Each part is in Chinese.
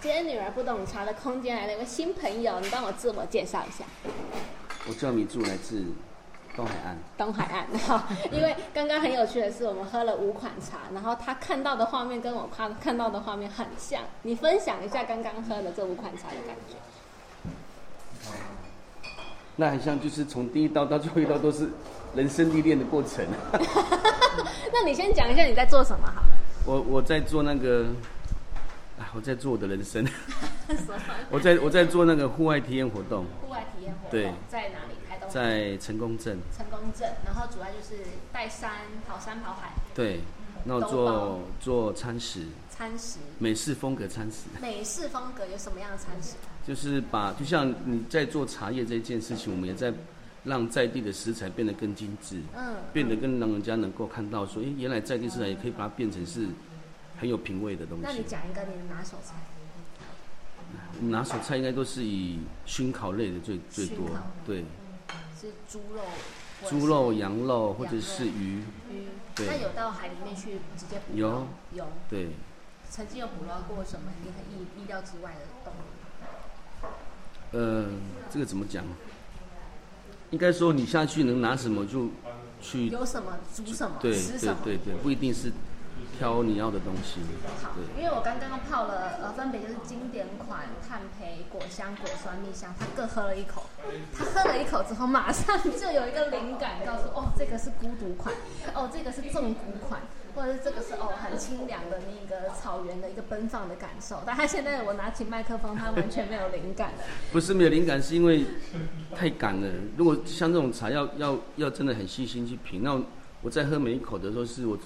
今天女儿不懂茶的空间来了一位新朋友，你帮我自我介绍一下。我叫米柱，来自东海岸。东海岸， 然后因为刚刚很有趣的是，我们喝了五款茶，然后他看到的画面跟我看看到的画面很像。你分享一下刚刚喝的这五款茶的感觉。那很像，就是从第一刀到最后一刀都是人生历练的过程。 那你先讲一下你在做什么好了。我我在做那个，啊，我在做我的人生。 什么我在我在做那个户外体验活动，户外体验活动对在哪里？台东在成功镇。成功镇，然后主要就是带山、跑山、跑海、对，那我都做包做餐食，餐食。美式风格餐食，美式风格有什么样的餐食？啊就是把就像你在做茶叶这件事情，我们也在让在地的食材变得更精致。嗯，变得更让人家能够看到说，诶，原来在地市场也可以把它变成是很有品味的东那你西。讲一个你的拿手菜。我们拿手菜应该都是以熏烤类的最最熏多烤，对，是猪肉，或者是猪肉、羊肉或者羊肉是鱼，鱼。对嗯那有到海里面去直接捕有捞？有，对，曾经有捕捞过什么你很意意料之外的动物？呃，这个怎么讲？应该说你下去能拿什么就去，有什么煮什么，对吃什对么？对对，不一定是挑你要的东西。好，因为我刚刚泡了，呃，分别就是经典款炭焙、果香、果酸、蜜香，他各喝了一口。他喝了一口之后，马上就有一个灵感，告诉哦，这个是孤独款，哦，这个是重谷款，或者是这个是哦很清凉的那个草原的一个奔放的感受。但他现在我拿起麦克风，他完全没有灵感了。不是没有灵感，是因为太赶了。如果像这种茶要要要真的很细心去品，那我在喝每一口的时候，是我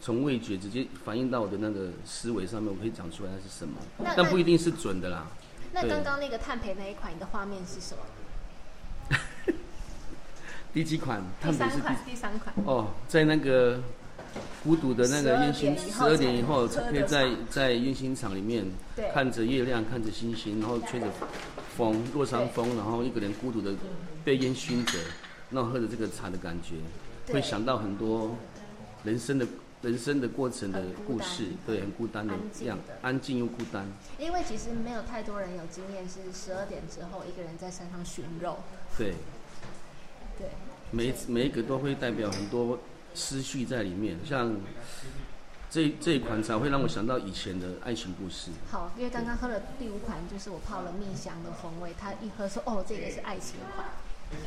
从味觉直接反映到我的那个思维上面，我可以讲出来它是什么那，但不一定是准的啦。那对刚刚那个炭焙那一款，你的画面是什么？第几款？第他们三是款第，第三款。哦，在那个孤独的那个烟熏，十12二点点以以后后才能喝可以的在茶在烟熏厂里面对看着月亮，看着星星，然后吹着风，落山风，然后一个人孤独的被烟熏着，然后喝着这个茶的感觉，对会想到很多人生的人生的过程的很孤故单事，对，很孤单的安静样的，安静又孤单。因为其实没有太多人有经验是十二点之后一个人在山上寻肉，对，对，每一每一个都会代表很多思绪在里面，像。这这一款茶会让我想到以前的爱情故事，好，因为刚刚喝了第五款，就是我泡了蜜香的风味，他一喝说哦，这个是爱情款，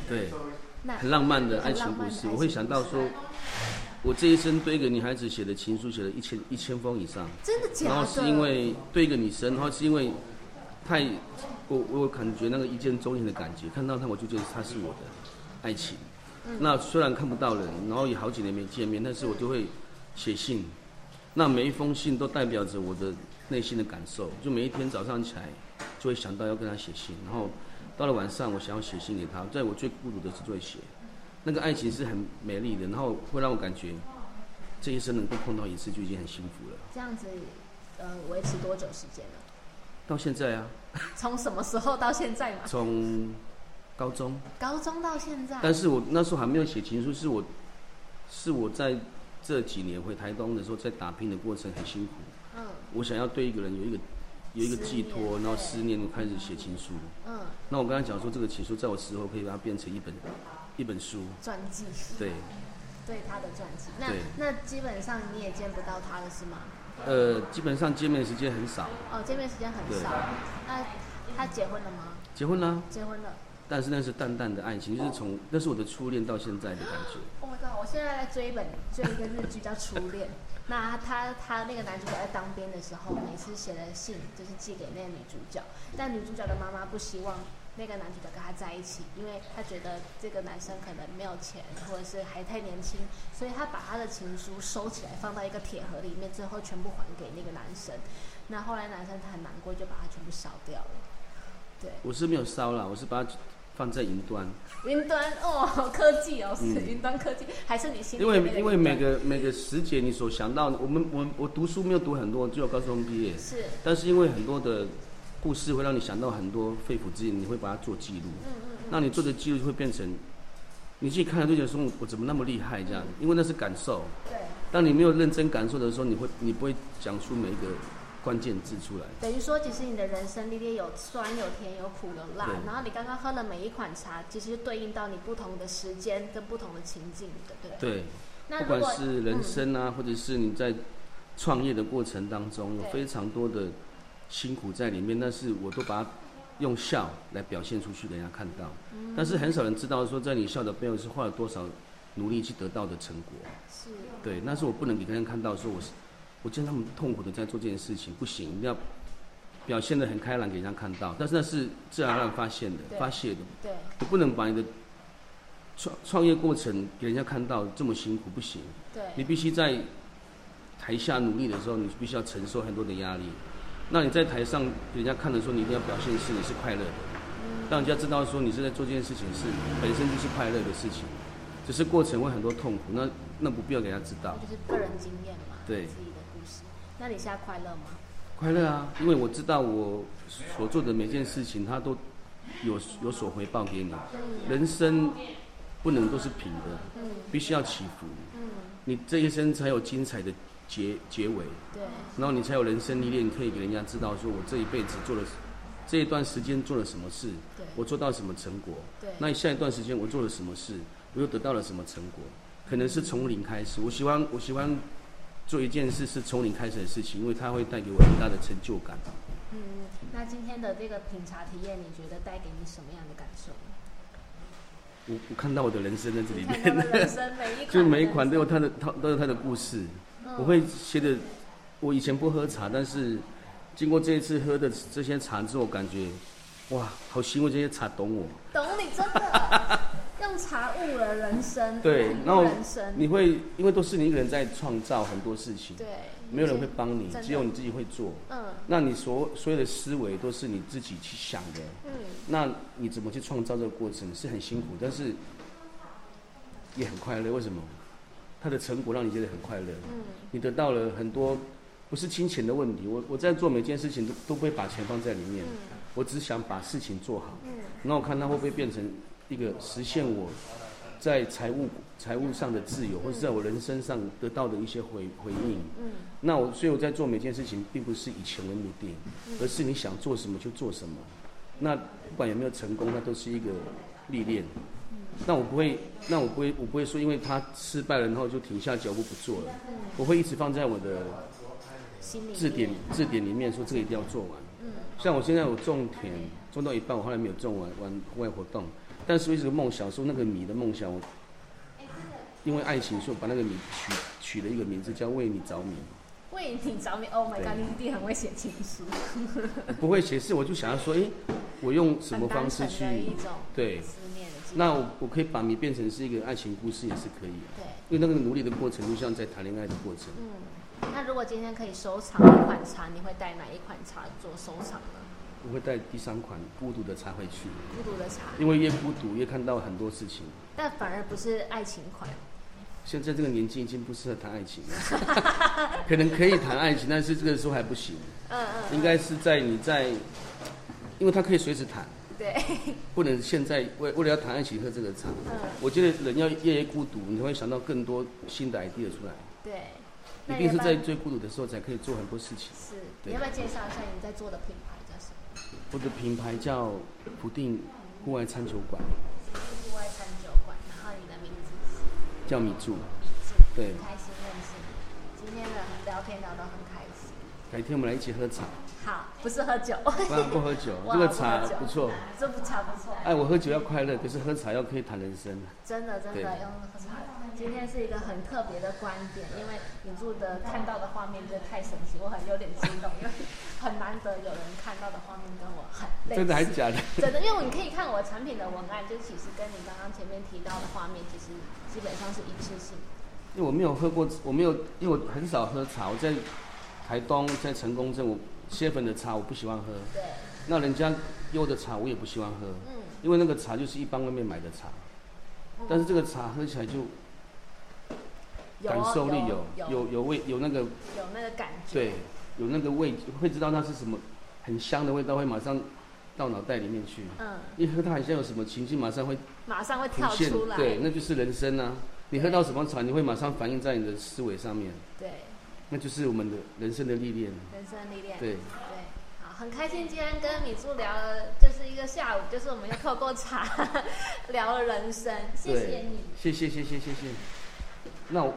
对，那很浪漫的爱很情浪故漫的事，爱我会情想故到事说，我这一生对一个女孩子写的情书写了一千一千封以上，真的假的？然后是因为对一个女生，然后是因为太，我我有感觉那个一见钟情的感觉，看到她我就觉得她是我的爱情。那虽然看不到人，然后也好几年没见面，但是我就会写信。那每一封信都代表着我的内心的感受，就每一天早上起来就会想到要跟她写信，然后到了晚上我想要写信给她，在我最孤独的时候就会写。那个爱情是很美丽的，然后会让我感觉这一生能够碰到一次就已经很幸福了。这样子，呃，维持多久时间了？到现在啊，从什么时候到现在嘛？从高中，高中到现在，但是我那时候还没有写情书，是我，是我在这几年回台东的时候，在打拼的过程很辛苦，嗯我想要对一个人有一个有一个思寄念托，然后对思念，我开始写情书。嗯，那我刚才讲说，这个情书在我死后可以把它变成一本一本书，传记，对，对他的传记。那对那基本上你也见不到他了，是吗？呃，基本上见面时间很少，哦，见面时间很对少。那他结婚了吗？结婚啦、结婚了。但是那是淡淡的爱情，就是从那是我的初恋到现在的感觉。 Oh my god！我现在在追一本追一个日剧叫《初恋》， 那他他那个男主角在当兵的时候，每次写的信就是寄给那个女主角，但女主角的妈妈不希望那个男主角跟她在一起，因为她觉得这个男生可能没有钱，或者是还太年轻，所以她把他的情书收起来，放到一个铁盒里面，最后全部还给那个男生。那后来男生他很难过，就把它全部烧掉了。对，我是没有烧啦，我是把它放在云端。云端哦，好科技哦，是嗯云端科技，还是你心里因为面的因为云端每个每个时节你所想到的，我们我我读书没有读很多，只有高中毕业，是。但是因为很多的故事会让你想到很多肺腑之言，你会把它做记录。嗯嗯嗯那你做的记录就会变成，你自己看了就觉得说我怎么那么厉害这样，因为那是感受。对，当你没有认真感受的时候，你会你不会讲出每一个关键字出来。等于说，其实你的人生里面有酸、有甜、有苦、有辣对，然后你刚刚喝了每一款茶，其实对应到你不同的时间跟不同的情境的，对不对？对，那不如管果嗯是人生啊，或者是你在创业的过程当中，有对非常多的辛苦在里面，但是我都把它用笑来表现出去给人家看到。嗯但是很少人知道说，在你笑的背后是花了多少努力去得到的成果。是对，但是我不能给别人看到说我是，我见他们痛苦的在做这件事情，不行，一定要表现的很开朗给人家看到。但是那是自然而然发现的、对发泄的，对，你不能把你的创创业过程给人家看到这么辛苦，不行。你对，必须在台下努力的时候，你必须要承受很多的压力。那你在台上给人家看的时候，你一定要表现是你是快乐的，让人家知道说你是在做这件事情是本身就是快乐的事情，只是过程会很多痛苦，那那不必要给人家知道那。就是个人经验嘛，对自己的故事。那你现在快乐吗？快乐啊，因为我知道我所做的每件事情，它都有有所回报给你。人生不能都是平的，嗯必须要起伏，嗯，你这一生才有精彩的结结尾。对，然后你才有人生历练，可以给人家知道说我这一辈子做了这一段时间做了什么事，对，我做到什么成果。对，那下一段时间我做了什么事，我又得到了什么成果？可能是从零开始。我喜欢我喜欢做一件事是从零开始的事情，因为它会带给我很大的成就感。嗯，那今天的这个品茶体验，你觉得带给你什么样的感受？我我看到我的人生在这里你看他的人面，生每一款， 就每一款都有它的它都有它的故事。嗯我会觉得我以前不喝茶，但是经过这一次喝的这些茶之后，感觉哇，好欣慰，这些茶懂我。懂你真 的用茶悟了人生，对领，悟然后人生，你会因为都是你一个人在创造很多事情，对，没有人会帮你真，的只有你自己会做。嗯那你所所有的思维都是你自己去想的，嗯，那你怎么去创造这个过程是很辛苦，但是也很快乐。为什么？它的成果让你觉得很快乐，嗯，你得到了很多，不是金钱的问题。我我在做每件事情都都不会把钱放在里面，嗯我只想把事情做好。然后我看它会不会变成一个实现我在财务财务上的自由，或是在我人生上得到的一些回回应。嗯，那我所以我在做每件事情，并不是以钱为目的，而是你想做什么就做什么。那不管有没有成功，那都是一个历练。那我不会，那我不会，我不会说，因为他失败了，然后就停下脚步不做了。我会一直放在我的心里面字典字典里面说这个一定要做完。像我现在我种田种到一半，我后来没有种完玩户外活动，但是我一直梦想说那个米的梦想，我因为爱情，所以我把那个米取取了一个名字叫为你着迷。为你着迷。Oh my god，对你一定很会写情书，我呃不会写诗，我就想要说，诶，我用什么很单方式纯去的一种对？思念的记录那我我可以把米变成是一个爱情故事也是可以的，对，因为那个努力的过程就像在谈恋爱的过程。嗯，那如果今天可以收藏一款茶，你会带哪一款茶做收藏呢？我会带第三款孤独的茶回去，孤独的茶，因为越孤独越看到很多事情。但反而不是爱情款。现在这个年纪已经不适合谈爱情了， 可能可以谈爱情，但是这个时候还不行，嗯嗯，应该是在你在，因为它可以随时谈，对，不能现在为为了要谈爱情喝这个茶。嗯我觉得人要夜夜孤独，你才会想到更多新的 idea 出来。对。一那定是要不在然最孤独的时候才可以做很多事情。是，你对要不要介绍一下你在做的品牌叫什么？我的品牌叫普定户外餐酒馆，户外餐酒馆，然后你的名字叫米柱。是对，开心认识你，今天的聊天聊得很开心。改天我们来一起喝茶，好，不是喝酒，。不然不喝酒哇这个茶不喝酒不错。这不差不错，哎，我喝酒要快乐，可是喝茶要可以谈人生。真的真的对用喝茶。今天是一个很特别的观点，因为你住的看到的画面真的太神奇，我很有点激动，因为很难得有人看到的画面跟我很类似。真的还假的？真的，因为你可以看我产品的文案，就其实跟你刚刚前面提到的画面，其实基本上是一致性的。因为我没有喝过，我没有，因为我很少喝茶。我在台东，在成功镇，我蟹粉的茶我不喜欢喝，对，那人家优的茶我也不喜欢喝，嗯，因为那个茶就是一般外面买的茶，但是这个茶喝起来就有感哦受力有有有有有味有那个有那个感觉。对有那个味会知道它是什么很香的味道会马上到脑袋里面去，嗯，一喝它好像有什么情境马上会马上会浮跳现出，来。对，那就是人生啊。你喝到什么茶，你会马上反映在你的思维上面。对那就是我们的人生的历练。人生历练。对，对，好，很开心今天跟米珠聊了，就是一个下午，就是我们又透过茶 聊了人生，谢谢对你。谢谢谢谢谢谢。那我。